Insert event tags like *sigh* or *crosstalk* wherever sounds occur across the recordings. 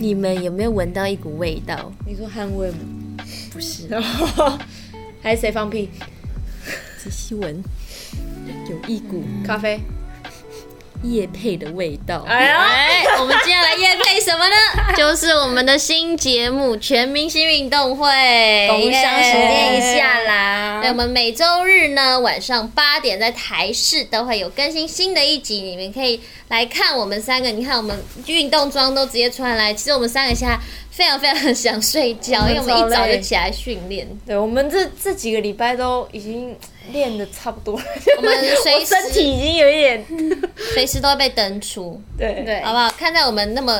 你们有没有闻到一股味道？你说捍卫吗？不是，然后 *laughs* 还是谁放屁？仔细闻，有一股咖啡。叶配的味道。哎 *laughs* 呀哎，我们接下来叶配什么呢？就是我们的新节目《全明星运动会》，工商耶时间一下啦对，我们每周日呢晚上八点在台视都会有更新新的一集，你们可以来看我们三个。你看我们运动装都直接穿来，其实我们三个现在非常非常想睡觉，因为我们一早就起来训练，对，我们这这几个礼拜都已经练的差不多了，我们随 *laughs* 我时身体已经有一点，随时都会被登出。对对好不好？看在我们那么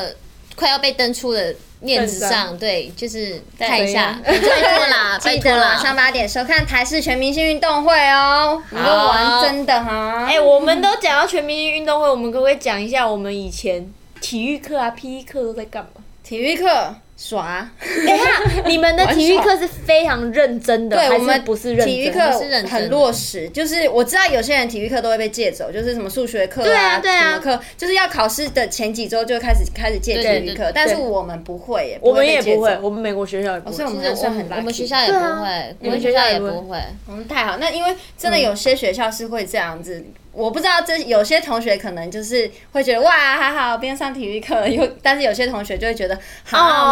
快要被登出的面子份上，上对，就是看一下，对拜托 *laughs* 啦，拜记托得晚啦。上八点收看台视全明星运动会哦，我们都玩真的哈。哎、我们都讲到全明星运动会，我们可不可以讲一下我们以前体育课啊、PE 课都在干嘛？体育课耍，等一下，你们的体育课是非常认真的，对还我是们不是认真？体育课是认真的很落实，就是我知道有些人体育课都会被借走，就是什么数学课对啊啊，对啊什么课，就是要考试的前几周就开始开始借体对对育对课，但是我们不会耶，我们也被借不会，走。我们美国学校也不所以会我。们就是还我算很们 lucky，我们学校也对不啊会，你我们们学学校校也也不会不会。我们嗯太好，那因为真的有嗯些学校是会这样子，我不知道这有些同学可能就是会觉得哇还好边上体育课，有 *laughs* 但是有些同学就会觉得好、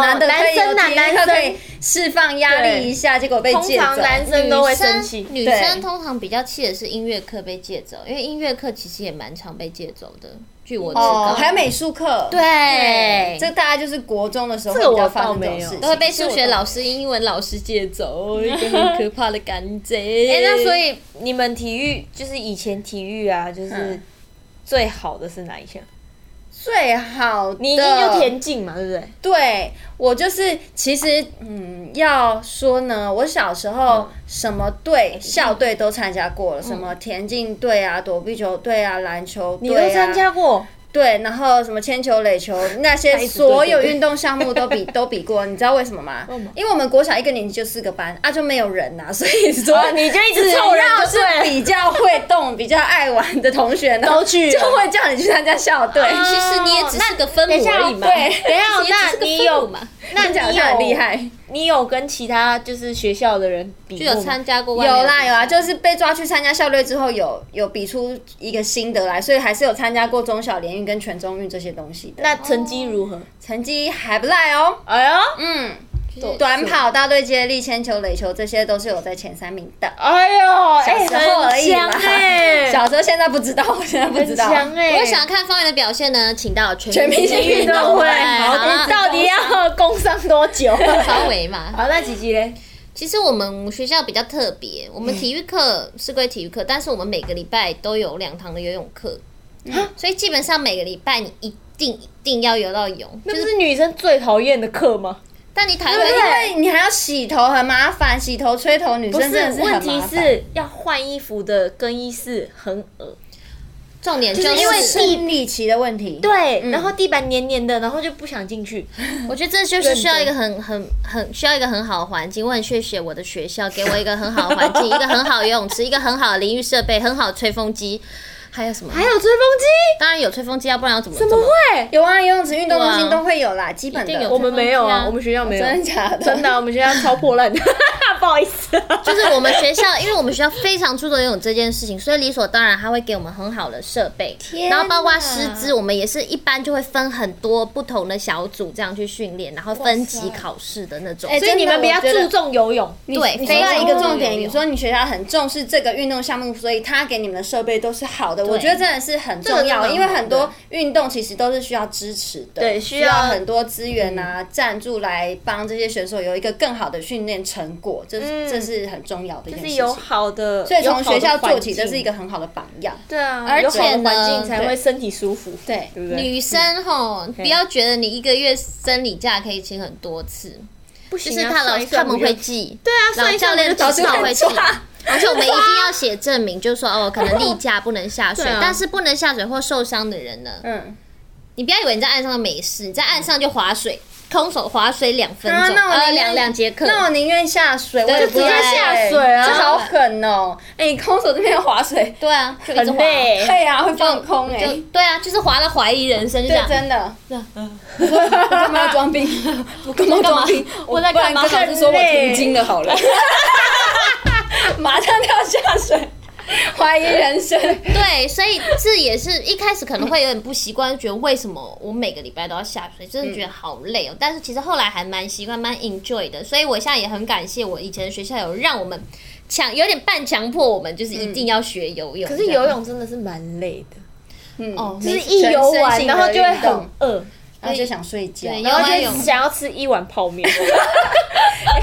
哦难得可以有男生啊体育课男生可以释放压力一下，结果被通借走常。男生都会生气，女对生通常比较气的是音乐课被借走，因为音乐课其实也蛮常被借走的。据我知道，哦，还有美术课，对，这大概就是国中的时候这个比较我发倒生这没种有事情，都会被数学老师、英文老师借走，一个很可怕的感觉。哎哎、那所以你们体育就是以前体育啊，就是嗯最好的是哪一项？最好的。你一定就田径嘛，对不对？啊对我就是，其实嗯，要说呢，我小时嗯候什么队、校队都参加过了，什么田径队啊、躲避球队啊、篮球你都队啊，参加过？对，然后什么铅球、垒球 *laughs* 那些子所有对对对运动项目都 *laughs* 比都比过，你知道为什么吗为什么？因为我们国小一个年级就四个班啊，就 *laughs* 没有人呐、所以说、哦你就一直只凑人要就是对了比较会动、比较爱玩的同学呢，都去就了啊会叫你去参加校队。其实你也只是个分母等一下而已嘛。对啊等一下 *laughs* 其实也只是个那分母你有嘛？那讲一下很厉害。你有跟其他就是学校的人比就过吗有参加过外面的有啦比有啦，赛就是被抓去参加校队之后有，有比出一个心得来，所以还是有参加过中小联运跟全中运这些东西的。那成绩如何？成绩还不赖哦，哎呦，嗯，就是短跑、大队接力、铅球、垒球这些都是有在前三名的。哎呦，哎，小时候而已很啦，强哎， *laughs* 小时候现在不知道，我现在不知很道。强哎。如果想看方圆的表现呢，请到全全明星运 *laughs* 动会好你了，到底要工伤多久？稍微嘛。 *laughs* 好，那几集嘞？其实我们学校比较特别，我们体育课是归体育课，但是我们每个礼拜都有两堂的游泳课，所以基本上每个礼拜你一定一定要游到泳。那不是女生最讨厌的课吗？但你台对，因湾为你还要洗头，很麻烦，洗头、吹头，女不生真的是，是很麻问烦。题是要换衣服的更衣室很恶重点就是，因为生理期的问题。对，嗯然后地板黏黏的，然后就不想进去。我觉得这就是需要一个很很很需要一个很好的环境。我很谢谢我的学校给我一个很好的环境，一个很好的游泳池，一个很好的淋浴设备，很好的吹风机，还有什么？哎还有吹风当然有吹风机，要啊不然要怎么机，怎么会？有啊，游泳池、运动中心对啊都会有啦，基本一定的。有我们没有吹风机啊，啊我们学校没有，真的假的？真的啊，我们学校超破烂的，不好意思啊。就是我们学校，因为我们学校非常注重游泳这件事情，所以理所当然他会给我们很好的设备，天哪然后包括师资，我们也是一般就会分很多不同的小组这样去训练，然后分级考试的那种。*laughs* 哎所以你们比较真的我觉注得重游泳，你对你非说到常一个有重点，用你说你学校很重视这个运动项目，所以他给你们的设备都是好的，我对觉得真的是很重这个真要，的因为很多运动其实都是需要支持的，对需需要嗯很多资源啊、赞助来帮这些选手有一个更好的训练成果，这嗯是这是很重要的一就件事是情。有好的，所以从学校有好的做环起，境这是一个很好的榜样。对啊，而有好的且呢环境才会对身体舒服，对对不对？女生吼，不要觉得你一个月生理假可以请很多次，不就行是啊，他老算一算他们我会就记，对啊，老算一算教我就练早指就导被会记 *laughs* 抓。而且我们一定要写证明，就是说哦，可 *laughs* 能例假不能下水对啊，但是不能下水或受伤的人呢，嗯，你不要以为你在岸上没事，你在岸上就划水，空手划水两分啊钟，那我宁呃愿两两节课，那我宁愿下水，我对也不直接要下水啊这好狠哦！哎，你空手这边划水，对啊，就一直很滑，累，对啊，会放空哎就，对啊，就是滑到怀疑人生，就这对，样。真的。我干嘛要装病？我干嘛要装病？我在干嘛不然干脆说我停经了好 *laughs* 了，马上跳下水，怀疑人生。对，所以这也是一开始可能会有点不习惯，觉得为什么我每个礼拜都要下水，真嗯的觉得好累哦。但是其实后来还蛮习惯，蛮 enjoy 的，所以我现在也很感谢我以前的学校有让我们强，有点半强迫我们，就是一定要学游泳。嗯可是游泳真的是蛮累的，嗯哦就是没一游完然后就会很饿，然后就想睡觉，对然然后后游完就泳想要吃一碗泡 *laughs* 面。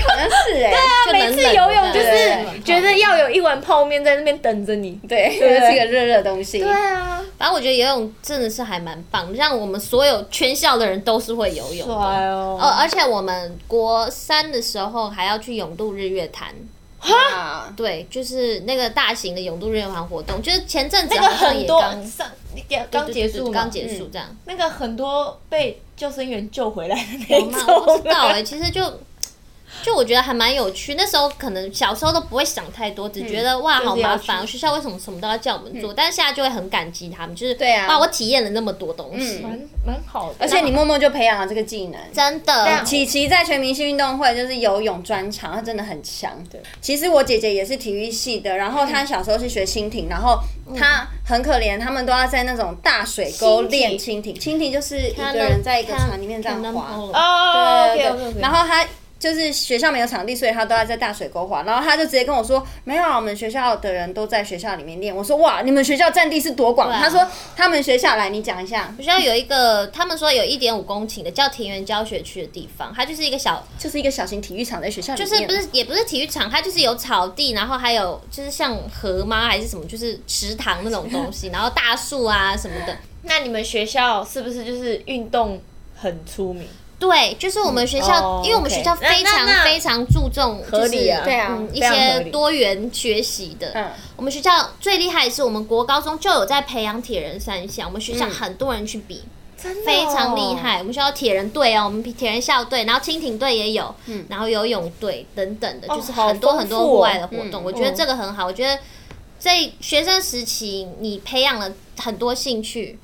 好像是哎，就每冷次冷游的泳就对是觉得要有一碗泡面在那边等着你。对，对就是个热热的东西。对啊，反正我觉得游泳真的是还蛮棒，让我们所有全校的人都是会游泳的。帅哦呃，而且我们国三的时候还要去永渡日月潭，哈，对，就是那个大型的永渡日月潭活动，就是前阵子那个好像很也多刚上刚结束对嘛，刚结束这样。那个很多被救生员救回来的那我一妈 *laughs* 我不知道哎、种。其实就就我觉得还蛮有趣。那时候可能小时候都不会想太多，只觉得、哇嗯就是好麻要烦哦，去嗯学校为什么什么都要叫我们做？但是现在就会很感激他们，就是对啊哇我体验了那么多东西，蛮蛮好的，而且你默默就培养了这个技能。真的但。琪琪在全明星运动会就是游泳专长，她真的很强。对，其实我姐姐也是体育系的，然后嗯她小时候是学蜻蜓，然后她很可怜，他们都要在那种大水沟蜻蜓练蜻蜓。蜻蜓就是一个人在一个船里面这样划。哦对对 OK，OK，OK 然后他就是学校没有场地，所以他都要在大水沟滑。然后他就直接跟我说：“没有啊，我们学校的人都在学校里面练。”我说：“哇，你们学校占地是多广？”啊他说：“他们学校来，你讲一下，学校有一个，他们说有一点五公顷的叫田园教学区的地方，它就是一个小，就是一个小型体育场在学校里就面，是不是也不是体育场，它就是有草地，然后还有就是像河吗还是什么，就是池塘那种东 *laughs* 西，然后大树啊什么的。那你们学校是不是就是运动很出名？对，就是我们学校，哦因为我们 OK 学校非常那那那非常注重、就是，合理啊对啊嗯，一非常合些理多元学习的。嗯我们学校最厉害的是，我们国高中就有在培养铁人三项，我们学校嗯很多人去比。真的哦非常厉。害，我们学校有铁人队哦，我们铁人校队，然后蜻蜓队也有，然后游泳队等等的，就是很多嗯好丰富哦哦很多户外的活动，嗯我觉得这个很好。我觉得在学生时期，你培养了很多兴趣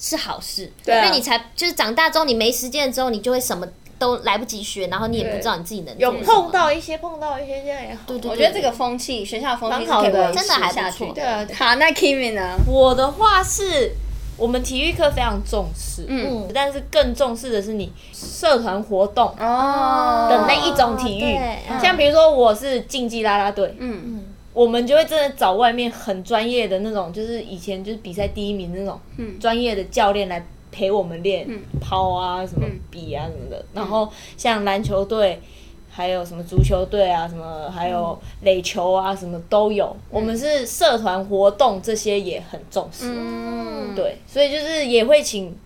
是好事，对啊因为你才就是长大之后，你没时间之后，你就会什么都来不及学，然后你也不知道你自己能有做什么碰到一些，碰到一些这样也好。对对我觉得这个风气，学校的风气是蛮好可以的维持真的还不下错去对啊对好，那 Kimi 呢？我的话是我们体育课非常重视，嗯但是更重视的是你社团活动的哦那一种体育哦对，嗯像比如说我是竞技啦啦队，嗯，我们就会真的找外面很专业的那种，就是以前就是比赛第一名那种专业的教练来陪我们练抛啊、什么比啊什么的。然后像篮球队，还有什么足球队啊，什么还有垒球啊，什么都有。我们是社团活动这些也很重视，嗯，对，所以就是也会请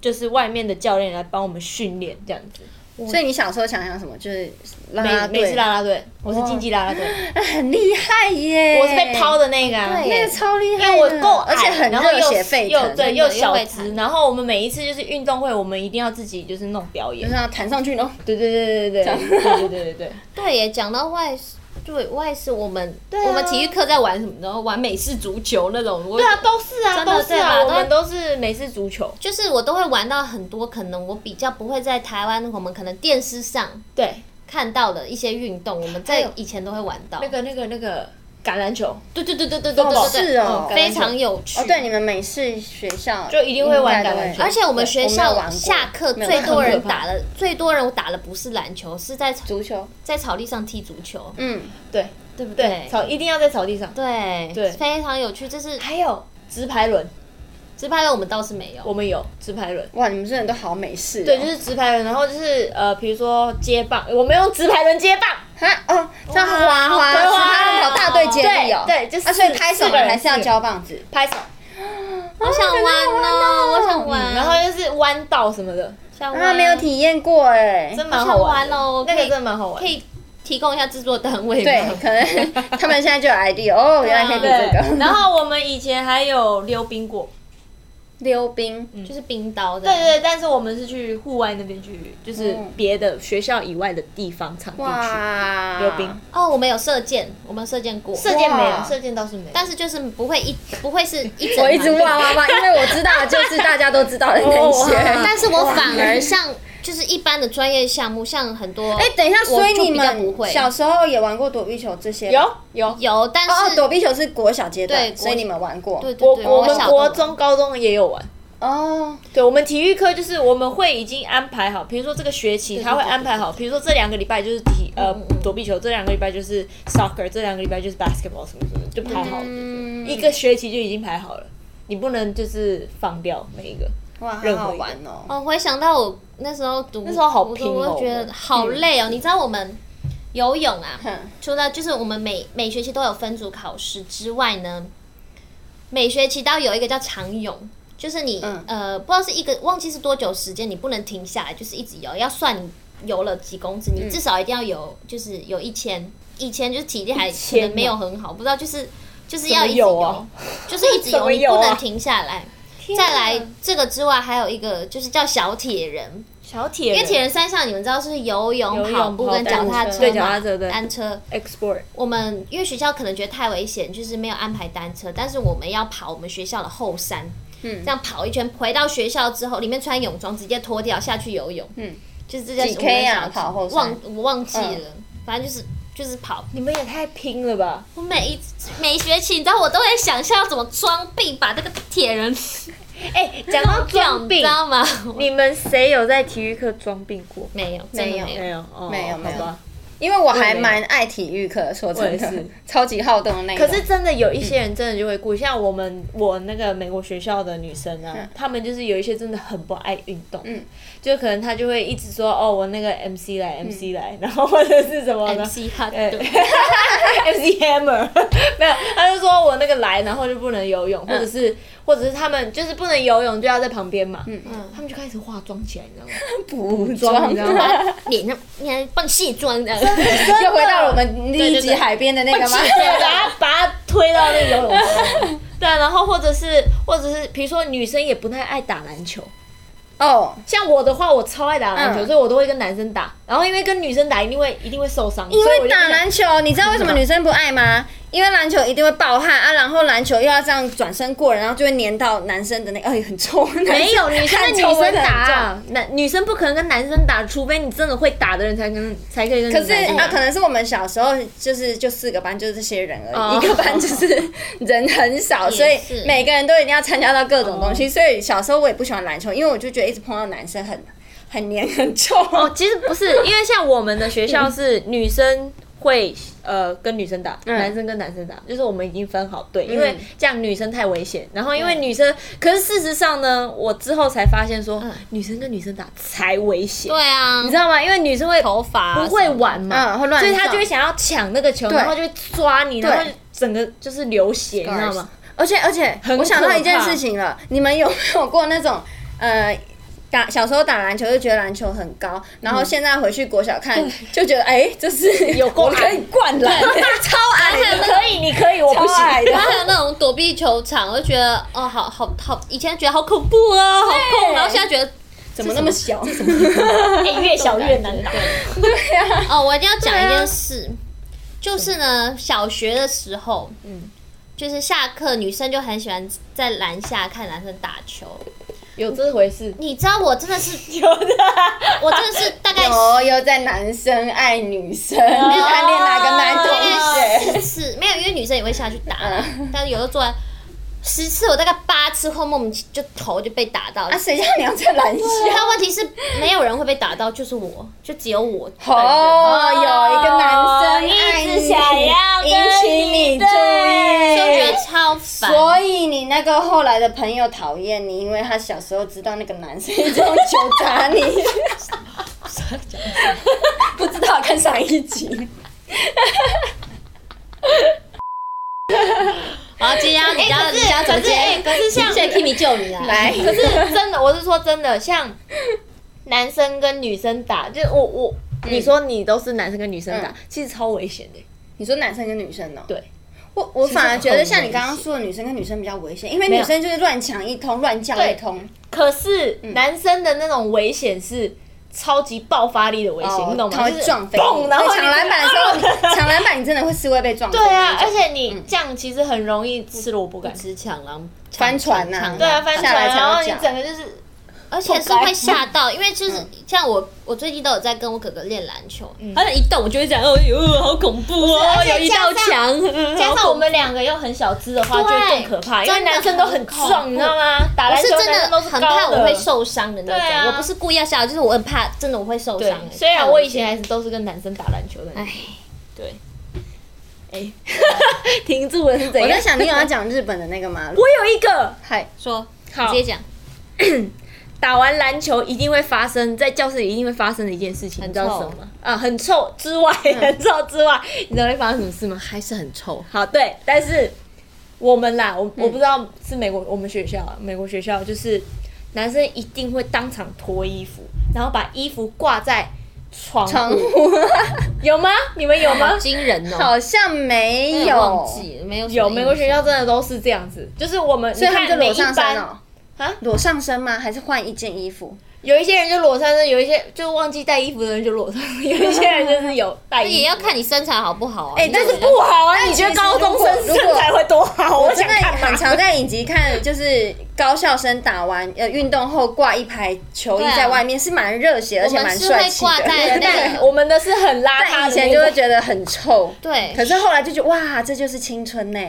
就是外面的教练来帮我们训练这样子。所以你小时候想想什么？就是拉拉美美队式，啦啦队，我是竞技啦啦队，很厉害耶！我是被抛的那个啊。对那个超厉害因的，为我够矮，而且很然后热又血沸又腾，对的又又小会资，弹然后我们每一次就是运动会，我们一定要自己就是弄表演就是。要弹上去哦喽。对对对对对对对对对对对耶，讲到外事对外事，我们、啊我们体育课在玩什么？然后玩美式足球那种，对 *laughs* 对啊，都是啊，真的都是对吧啊，我都们都是美式足球。就是我都会玩到很多，可能我比较不会在台湾，我们可能电视上对，看到的一些运动，我们还在有以前都会玩到。那个那个那个橄榄球，对对对对对对对对，是哦嗯非常有趣。哦，对，你们美式学校就一定会玩橄榄球应该都会而且我们学我没有玩校过下课没有玩最过多人打的，最多人打的不是篮球，是在草足球，在草地上踢足球，嗯，对对不对，对？草一定要在草地上。对对非常有趣。这是还有直排轮，直拍的，我们倒是没有。我们有直排轮。哇，你们这人都好美式哦，对，就是直排轮，然后就是呃，比如说接棒，我们用直排轮接棒，哈哦，这样滑滑，好可爱哦是他们跑大队接力哦，对对就是啊，所以拍手四个人还是要四个人交棒子，拍手，嗯我想玩哦，我想玩。然后就是弯道什么的，想啊，玩没有体验过哎，真蛮好玩好的想玩哦那可个以真的蛮好玩可的。以提供一下制作单位对吗？，可能他 *laughs* *laughs* 们现在就有 idea 哦，原来可以比这对，个，然后我们以前还有溜冰过， *laughs* 溜冰，就是冰刀的。对对，但是我们是去户外那边去，就是嗯别的学校以外的地方场地去哇，溜冰。哦，我们有射箭，我们射箭过。射箭没有，哇射箭倒是没有。但是就是不会一不会是一整我一直团队哇哇 *laughs* 哇，因为我知道的就是大家都知道的那 *laughs* 些。哇但是我反而像就是一般的专业项目，像很多哎哎，等一下，所以你不们会小时候也玩过躲避球这些？有哦，有有，但哦是躲避球是国小阶对段，国所以你们玩过。对对我对，我们小国的中、高中也有玩。哦，对，我们体育课就是我们会已经安排好，比如说这个学期他会对对安排好，比如说这两个礼拜就是体呃嗯嗯躲避球，这两个礼拜就是 soccer，这两个礼拜就是 basketball 什么什么的，就排好了，嗯一个学期就已经排好了，你不能就是放掉每一个。哇，任好何好一个玩哦。我回想到我那时候读，那时候好拼哦我就觉得好累哦。你知道我们游泳啊，除了就是我们每每学期都有分组考试之外呢，每学期都要有一个叫长泳，就是你、嗯呃不知道是一个忘记是多久时间，你不能停下来，就是一直游，要算你游了几公尺，嗯你至少一定要游，就是有一千，一千就是体力还可千能没有很好，不知道就是就是要一直游，怎么游啊就是一直怎游，么你游啊不能停下来。再 *laughs* 来嗯这个之外，还有一个就是叫小铁人，小铁因为铁人人三项你们知道是游游泳、泳跑步跑跟脚单踏车车对嘛脚踏车对单车。 export 我们因为学校可能觉得太危险，就是没有安排单车，但是我们要跑我们学校的后山，嗯，这样跑一圈，回到学校之后，里面穿泳装直接脱掉下去游泳，嗯，就是这件几 K 啊跑后山忘我忘记了，反正就是就是跑。你们也太拼了吧！我每一每学期，你知道我都会想象怎么装病把这个铁人哎，*laughs* 讲到装你病知，道吗？你们谁有在体育课装病过？没有，真的没有没有 *laughs* 没。有，哦没有好没有吧。因为我还蛮爱体育课，说我真也是的，超级好动的那一可种。是真的有一些人真的就会顾，像我们我那个美国学校的女生啊，她们就是有一些真的很不爱运动，嗯，就可能她就会一直说哦，我那个 MC 来 MC 来，然后或者是什么呢 MC 哈呃 *laughs* 对， MC Hammer *laughs* 没有，她就说我那个来，然后就不能游泳，或者是或者是他们就是不能游泳就要在旁边嘛，嗯嗯他们就开始化妆起来，你知道吗？补妆啊妆，你知道 *laughs* 吗把脸上你还放卸妆这样，又回到了我们第一对对对集海边的那个吗？ *laughs* 对，啊把他把他推到那个游泳池。对啊，然后或者是或者是，比如说女生也不太爱打篮球，哦，像我的话，我超爱打篮球，嗯所以我都会跟男生打。然后因为跟女生打，一定会一定会受伤，因所以我为就打不想篮球，你知道为什么女生不爱吗？因为篮球一定会暴汗啊，然后篮球又要这样转身过人，然后就会粘到男生的那个，哎，很臭。没 *laughs* 有女生跟看女臭味生很重打啊，男女生不可能跟男生打，除非你真的会打的人才跟才可以跟可是男生打。啊，可能是我们小时候就是就四个班就是这些人而已，哦一个班 *laughs* 就是人很少，也所以是每个人都一定要参加到各种东西。所以小时候我也不喜欢篮球，因为我就觉得一直碰到男生很很黏很臭。啊哦，其实不是，因为像我们的学校 *laughs* 是女生会呃跟女生打，男生跟男生打，就是我们已经分好队，因为这样女生太危险。然后因为女生，可是事实上呢，我之后才发现说，女生跟女生打才危 *laughs* 险，对啊，你知道吗？因为女生会头发啊不会什么的玩嘛，嗯会乱所以她撞就会想要抢那个球，然后就会抓你，然后对整个就是流血，你知道 *laughs* 吗？而且而且很，我想到可一件怕事情了，你们有没有过那种呃？打小时候打篮球就觉得篮球很高，然后现在回去国小看就觉得哎、就是有够我可以灌篮，超矮你可以，哎你可以，我不超矮行。的 *laughs* 然后还有那种躲避球场，我就觉得哦，好好好，以前觉得好恐怖啊，好痛，然后现在觉得怎么那么小？哎 *laughs* 越小越难打。对呀、哦，我一定要讲啊一件事，就是呢，小学的时候，嗯，就是下课女生就很喜欢在篮下看男生打球，有这回事？你知道我真的是，有的。我真的是大 *laughs* 概哦，又在男生爱女生，暗恋哪个男同哦学？嗯十次没有，因为女生也会下去打，但是有时候做完十次，我大概八次后莫名其就头就被打 *laughs* 到。啊，谁叫你要在篮下？但问题是，没有人会被打到，就是我，就只有我。哦，有一个男生哦爱一直你，想要跟引起你你注就觉意得。超烦。所以你那个后来的朋友讨厌你，因为他小时候知道那个男生一直用球 *laughs* 砸你。不知道看上一集。好，今天要你要你要怎么接？可是像谢谢 Kimi 救你啊！来，可是 *laughs* 真的，我是说真的，像男生跟女生打，就是我我、你说你都是男生跟女生打，嗯其实超危险的。你说男生跟女生哦、对，我我反而觉得像你刚很刚危说的，女生跟女生比较危险，因为女生就是乱抢一通，乱叫一通。可是男生的那种危险是超级爆发力的危险，哦你懂吗？他会就是撞飞嘣你，然后对抢你篮板的时候，抢篮板你真的会是会被撞飞。对啊，而且你这样其实很容易吃萝卜干，只抢狼翻船呐对啊，翻下船，来才有然后你讲整个就是而且是会吓到，因为就是像我，我最近都有在跟我哥哥练篮球，好嗯像一动我就会讲，哦呦，好恐怖哦，而且有一道墙，嗯加加上我们两个又很小只的话，就会更可怕，因对为男生都很真的很恐壮，怖你知道吗？打我篮是球真男生的都是很高怕的我会受伤的那对啊种，我不是故意要吓，就是我很怕，真的我会受对伤。，欸虽然我以前还是都是跟男生打篮球的，哎，对， *laughs* 停住了是怎我样？在想，你有要讲日本的那个 *laughs* 吗？我有一个嗨，说， *laughs* 好直接讲，打完篮球一定会发生在教室里一定会发生的一件事情，你很知臭嗯道是什么吗？啊，很臭之外， *laughs* 很臭之外，你知道会哎发生什么事吗？还是很臭，好，对，但是我们啦，嗯我我不知道是美国我们学校啊，美国学校就是男生一定会当场脱衣服，然后把衣服挂在床窗户，户有吗？你们有吗 *laughs* 好？惊人哦！ *laughs* 好像嗯没有忘有，记没有什么有，美国印象学校真的都是这样子，就是我们所以他们就你看每裸一上班身哦。啊裸上身吗？还是换一件衣服？有一些人就裸上身，有一些就忘记带衣服的人就裸上身，有一些人就是有带衣服，也要看你身材好不好啊。哎你但就是是不好啊！你觉得高中生如果身材会多好？啊我我真想的看很嘛。常在影集看，就是高校生打完呃运动后挂一排球衣对啊在外面，是蛮热血，而且蛮帅气我们是会挂在的。那个但我们的是很邋遢但的，以前就会觉得很臭，对可是后来就觉得哇，这就是青春呢、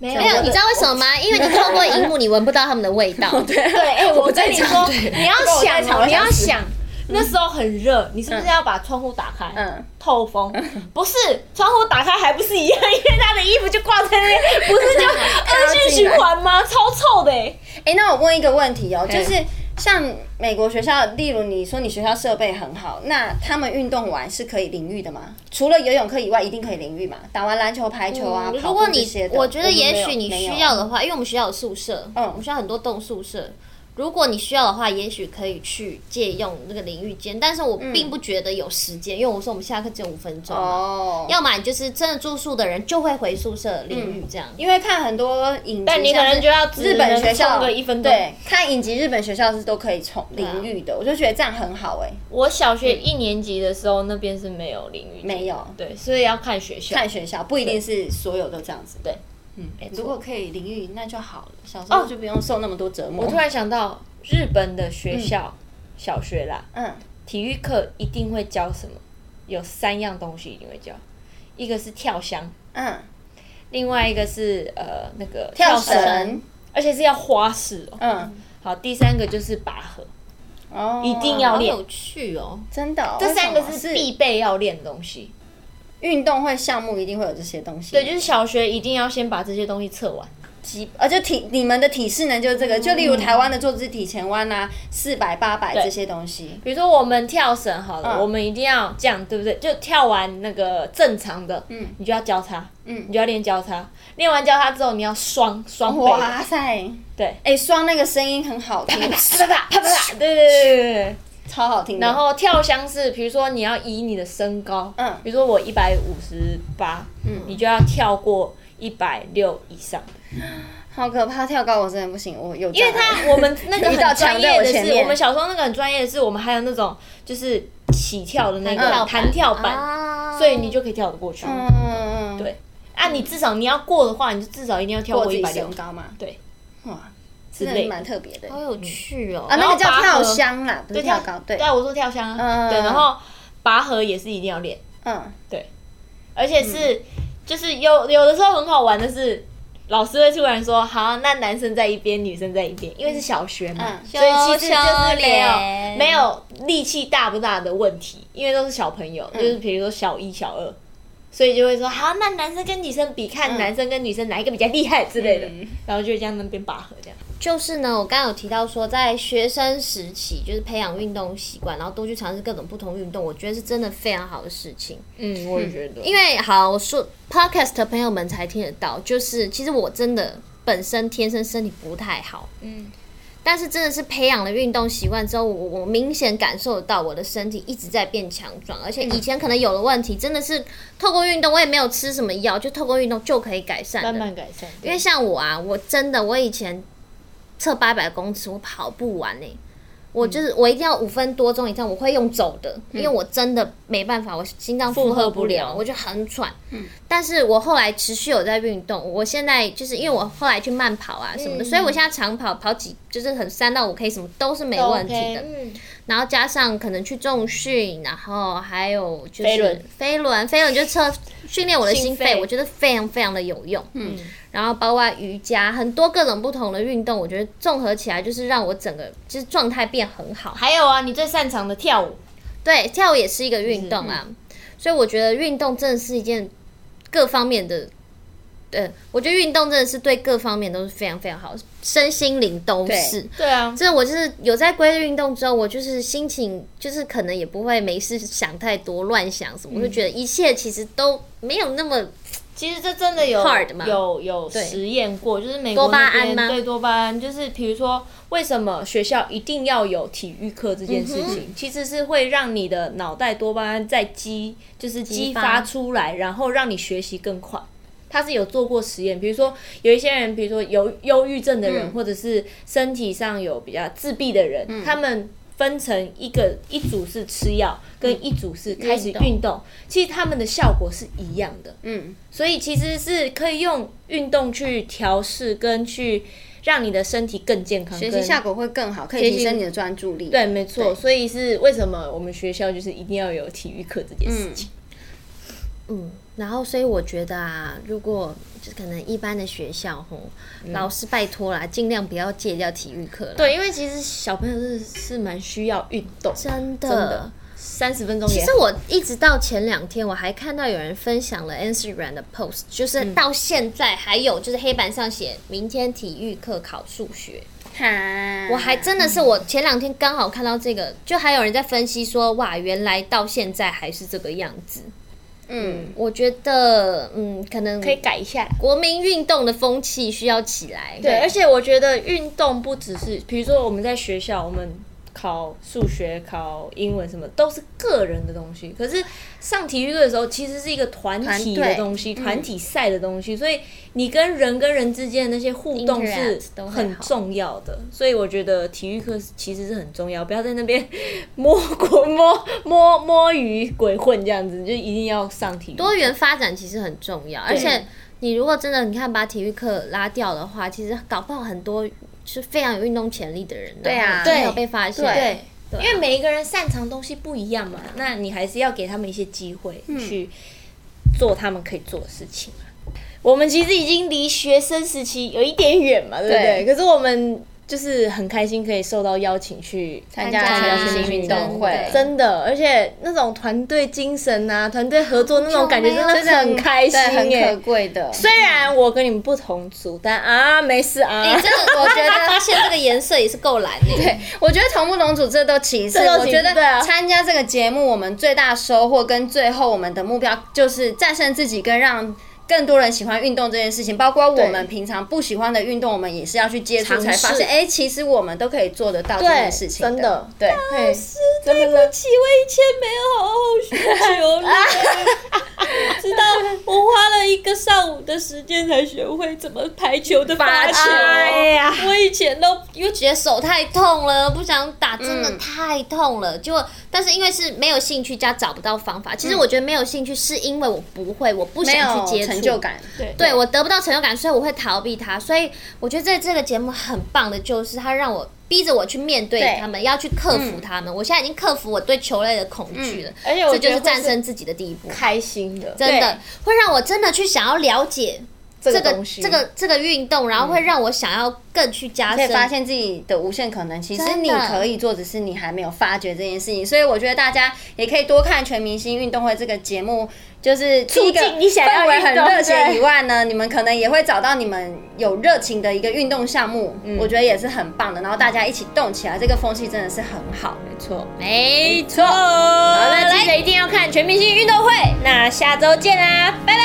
没没有，你知道为什么吗？因为你透过荧幕，你闻不到他们的味 *laughs* 道。对对，哎、我跟你我说，在你要我在想场哦，我你想要死想，那时候很热，你是不是要把窗户打开，嗯透风？ *laughs* 不是，窗户打开还不是一样， *laughs* 因为他的衣服就挂在那边，不是就恶性循环吗？超臭的、欸，哎、那我问一个问题哦、嘿就是像美国学校，例如你说你学校设备很好，那他们运动完是可以淋浴的吗？除了游泳课以外，一定可以淋浴嘛？打完篮球、排球啊，嗯跑如步果这你些的，我觉得们没也有许你没有嗯需要的话，因为我们学校有宿舍，我们学校很多栋宿舍。如果你需要的话，也许可以去借用那个淋浴间，但是我嗯并不觉得有时间，因为我说我们下课只有五分钟嘛。哦，要么你就是真的住宿的人就会回宿舍淋浴这样。嗯因为看很多影集，但你可能像是就要只日本学校能冲个一分钟啊对，看影集日本学校是都可以冲淋浴的，我就觉得这样很好哎、我小学一年级的时候，那边是没有淋浴间的，没有对，所以要看学校。看学校不一定是所有都这样子，对，哦嗯，如果可以淋浴那就好了，小时候就不用受那么多折磨。我突然想到，日本的学校、小学啦，嗯，体育课一定会教什么？有三样东西一定会教，一个是跳箱，嗯，另外一个是呃那个跳绳绳，，而且是要花式哦。嗯，好，第三个就是拔河，哦，一定要好练有趣哦！真的哦、这三个为什是么必备要练的东西。运动会项目一定会有这些东西，对，就是小学一定要先把这些东西测完。基，呃，就体你们的体适能就是这个，就例如台湾的坐姿体前弯啊，四百、八百这些东西，比如说我们跳绳好了，嗯我们一定要这样，对不对？就跳完那个正常的，嗯，你就要交叉，嗯，你就要练交叉。练完交叉之后，你要双双背，哇塞，对，哎、双那个声音很好听，啪啪啪啪啪啪，对对对对对。 *laughs* 超好听的。然后跳箱是，比如说你要以你的身高，嗯比如说我一百五十八，嗯，你就要跳过一百六以上，好可怕，跳高我真的不行，我有因为障碍他我们那 *laughs* 个一道很墙专在业我的前是，面我们小时候那个很专业的是，我们还有那种就是起跳的那跳个板弹跳板，啊所以你就可以跳得过去。嗯嗯，嗯对啊，你至少你要过的话，你就至少一定要跳过过自一己百六身。高嘛，对，哇，之真类的的蛮特别的好有趣哦！啊，那个然后叫拔河跳箱啦，不是跳高，对，我说跳箱啊，嗯对，然后拔河也是一定要练，嗯，而且是就是有有的时候很好玩的是。老师会突然说：“好，那男生在一边，女生在一边，因为是小学嘛，嗯所以其实就是羞羞没有脸没有力气大不大的问题，因为都是小朋友，就是比如说小一、小二，所以就会说好，那男生跟女生比，看男生跟女生哪一个比较厉害之类的，嗯然后就这样那边拔河这样。就是呢，我刚刚有提到说，在学生时期，就是培养运动习惯，然后多去尝试各种不同运动，我觉得是真的非常好的事情。嗯，我也觉得，因为好我说 podcast 的朋友们才听得到，就是其实我真的本身天生身体不太好，嗯，但是真的是培养了运动习惯之后，我我明显感受得到我的身体一直在变强壮，而且嗯以前可能有了问题，真的是透过运动，我也没有吃什么药，就透过运动就可以改善的。慢慢改善。因为像我啊，我真的我以前测八百公尺，我跑不完呢、欸我嗯就是我一定要五分多钟以上，我会用走的，因为我真的没办法，我心脏负负荷荷不不了，了嗯我就很喘。但是我后来持续有在运动，我现在就是因为我后来去慢跑啊什嗯么的，所以我现在长跑跑几就是很三到五 K 什么都是没问题的。嗯，然后加上可能去重训，然后还有就是飞轮飞轮，飞轮就测训练我的心心肺，肺我觉得非常非常的有用。嗯，然后包括瑜伽，很多各种不同的运动，我觉得综合起来就是让我整个就是状态变很好。还有啊，你最擅长的跳舞，对，跳舞也是一个运动嗯啊，所以我觉得运动真的是一件各方面的。对，我觉得运动真的是对各方面都是非常非常好，身心灵都对是。对啊，这我就是有在规律运动之后，我就是心情就是可能也不会没事想太多、乱想什么，嗯我就觉得一切其实都没有那么其实这真的有 Hard 嘛有有实验过，就是美国多巴胺那边吗对多巴胺，就是比如说为什么学校一定要有体育课这件事嗯情，其实是会让你的脑袋多巴胺在激，就是激发发出来，然后让你学习更快。他是有做过实验，比如说有一些人，比如说有忧郁症的人，嗯或者是身体上有比较自闭的人，他们分成一个一组是吃药，跟一组是开嗯始运动运动，其实他们的效果是一样的。嗯，所以其实是可以用运动去调试，跟去让你的身体更健康。学习跟效果会更好，可以提升你的专注力。对，没错。所以是为什么我们学校就是一定要有体育课这件嗯事情？嗯。然后，所以我觉得啊，如果就可能一般的学校吼，老师拜托啦，尽量不要戒掉体育课啦。，嗯对，因为其实小朋友是是蛮需要运动，真的。真的三十分钟其也实我一直到前两天，我还看到有人分享了 Instagram 的 post，就是嗯到现在还有就是黑板上写明天体育课考数学。哈，嗯我还真的是，我前两天刚好看到这个，就还有人在分析说，哇，原来到现在还是这个样子。嗯，我觉得，嗯，可能可以改一下。国民运动的风气需要起来。对，而且我觉得运动不只是，比如说我们在学校，我们考数学、考英文什么，都是个人的东西。可是上体育课的时候，其实是一个团体团队的东西，团体赛的东西，所以你跟人跟人之间的那些互动 Interact 是都很很好重要的。所以我觉得体育课其实是很重要，不要在那边 *laughs* 摸鬼摸摸摸鱼鬼混这样子，就一定要上体育。多元发展其实很重要，而且你如果真的你看把体育课拉掉的话，其实搞不好很多是非常有运动潜力的人，对啊然后没有对被发现。对啊因为每一个人擅长的东西不一样嘛，那你还是要给他们一些机会嗯去做他们可以做的事情嘛。我们其实已经离学生时期有一点远嘛，对不对？对可是我们就是很开心可以受到邀请去参加参加全新民运动真会，真的，而且那种团队精神啊，团队合作那种感觉真真的的很开心嗯对很耶、可贵的。虽然我跟你们不同组，但啊，没事啊。哎、这 *laughs* 个我觉得发现这个颜色也是够蓝的。对，我觉得同不同组这都其次，这都我其次觉得对啊参加这个节目，我们最大收获跟最后我们的目标就是战胜自己，跟让。更多人喜欢运动这件事情，包括我们平常不喜欢的运动，我们也是要去接触，尝才发试现，哎、其实我们都可以做得到这件事情真的啊对，老师，对不起，我以前没有好好学球类，直 *laughs* 到我花了一个上午的时间才学会怎么排球的发球。哎呀我以前都因为觉得手太痛了，不想打，真的嗯嗯太痛了。就但是因为是没有兴趣加找不到方法，其实我觉得没有兴趣是因为我不会，我不没想去接有触成就。感，对对我得不到成就感，所以我会逃避它。所以我觉得在这个节目很棒的就是它让我逼着我去面对对他们，要去克服他们。我现在已经克服我对球类的恐惧了，而且嗯我这就觉是得会战是胜自己的第一步。开心的，真的会让我真的去想要了解这这个个东西，这个这个运动，然后会让我想要更去加可以深。发现自己的无限可能。其实真的你可以做，只是你还没有发觉这件事情。所以我觉得大家也可以多看《全明星运动会》这个节目，就是第一个促进你想要氛围很运动热血对以外呢，你们可能也会找到你们有热情的一个运动项目，嗯我觉得也是很棒的。然后大家一起动起来，这个风气真的是很好。没错。没错，好，那记得一定要看全明星运动会。那下周见啦，拜拜。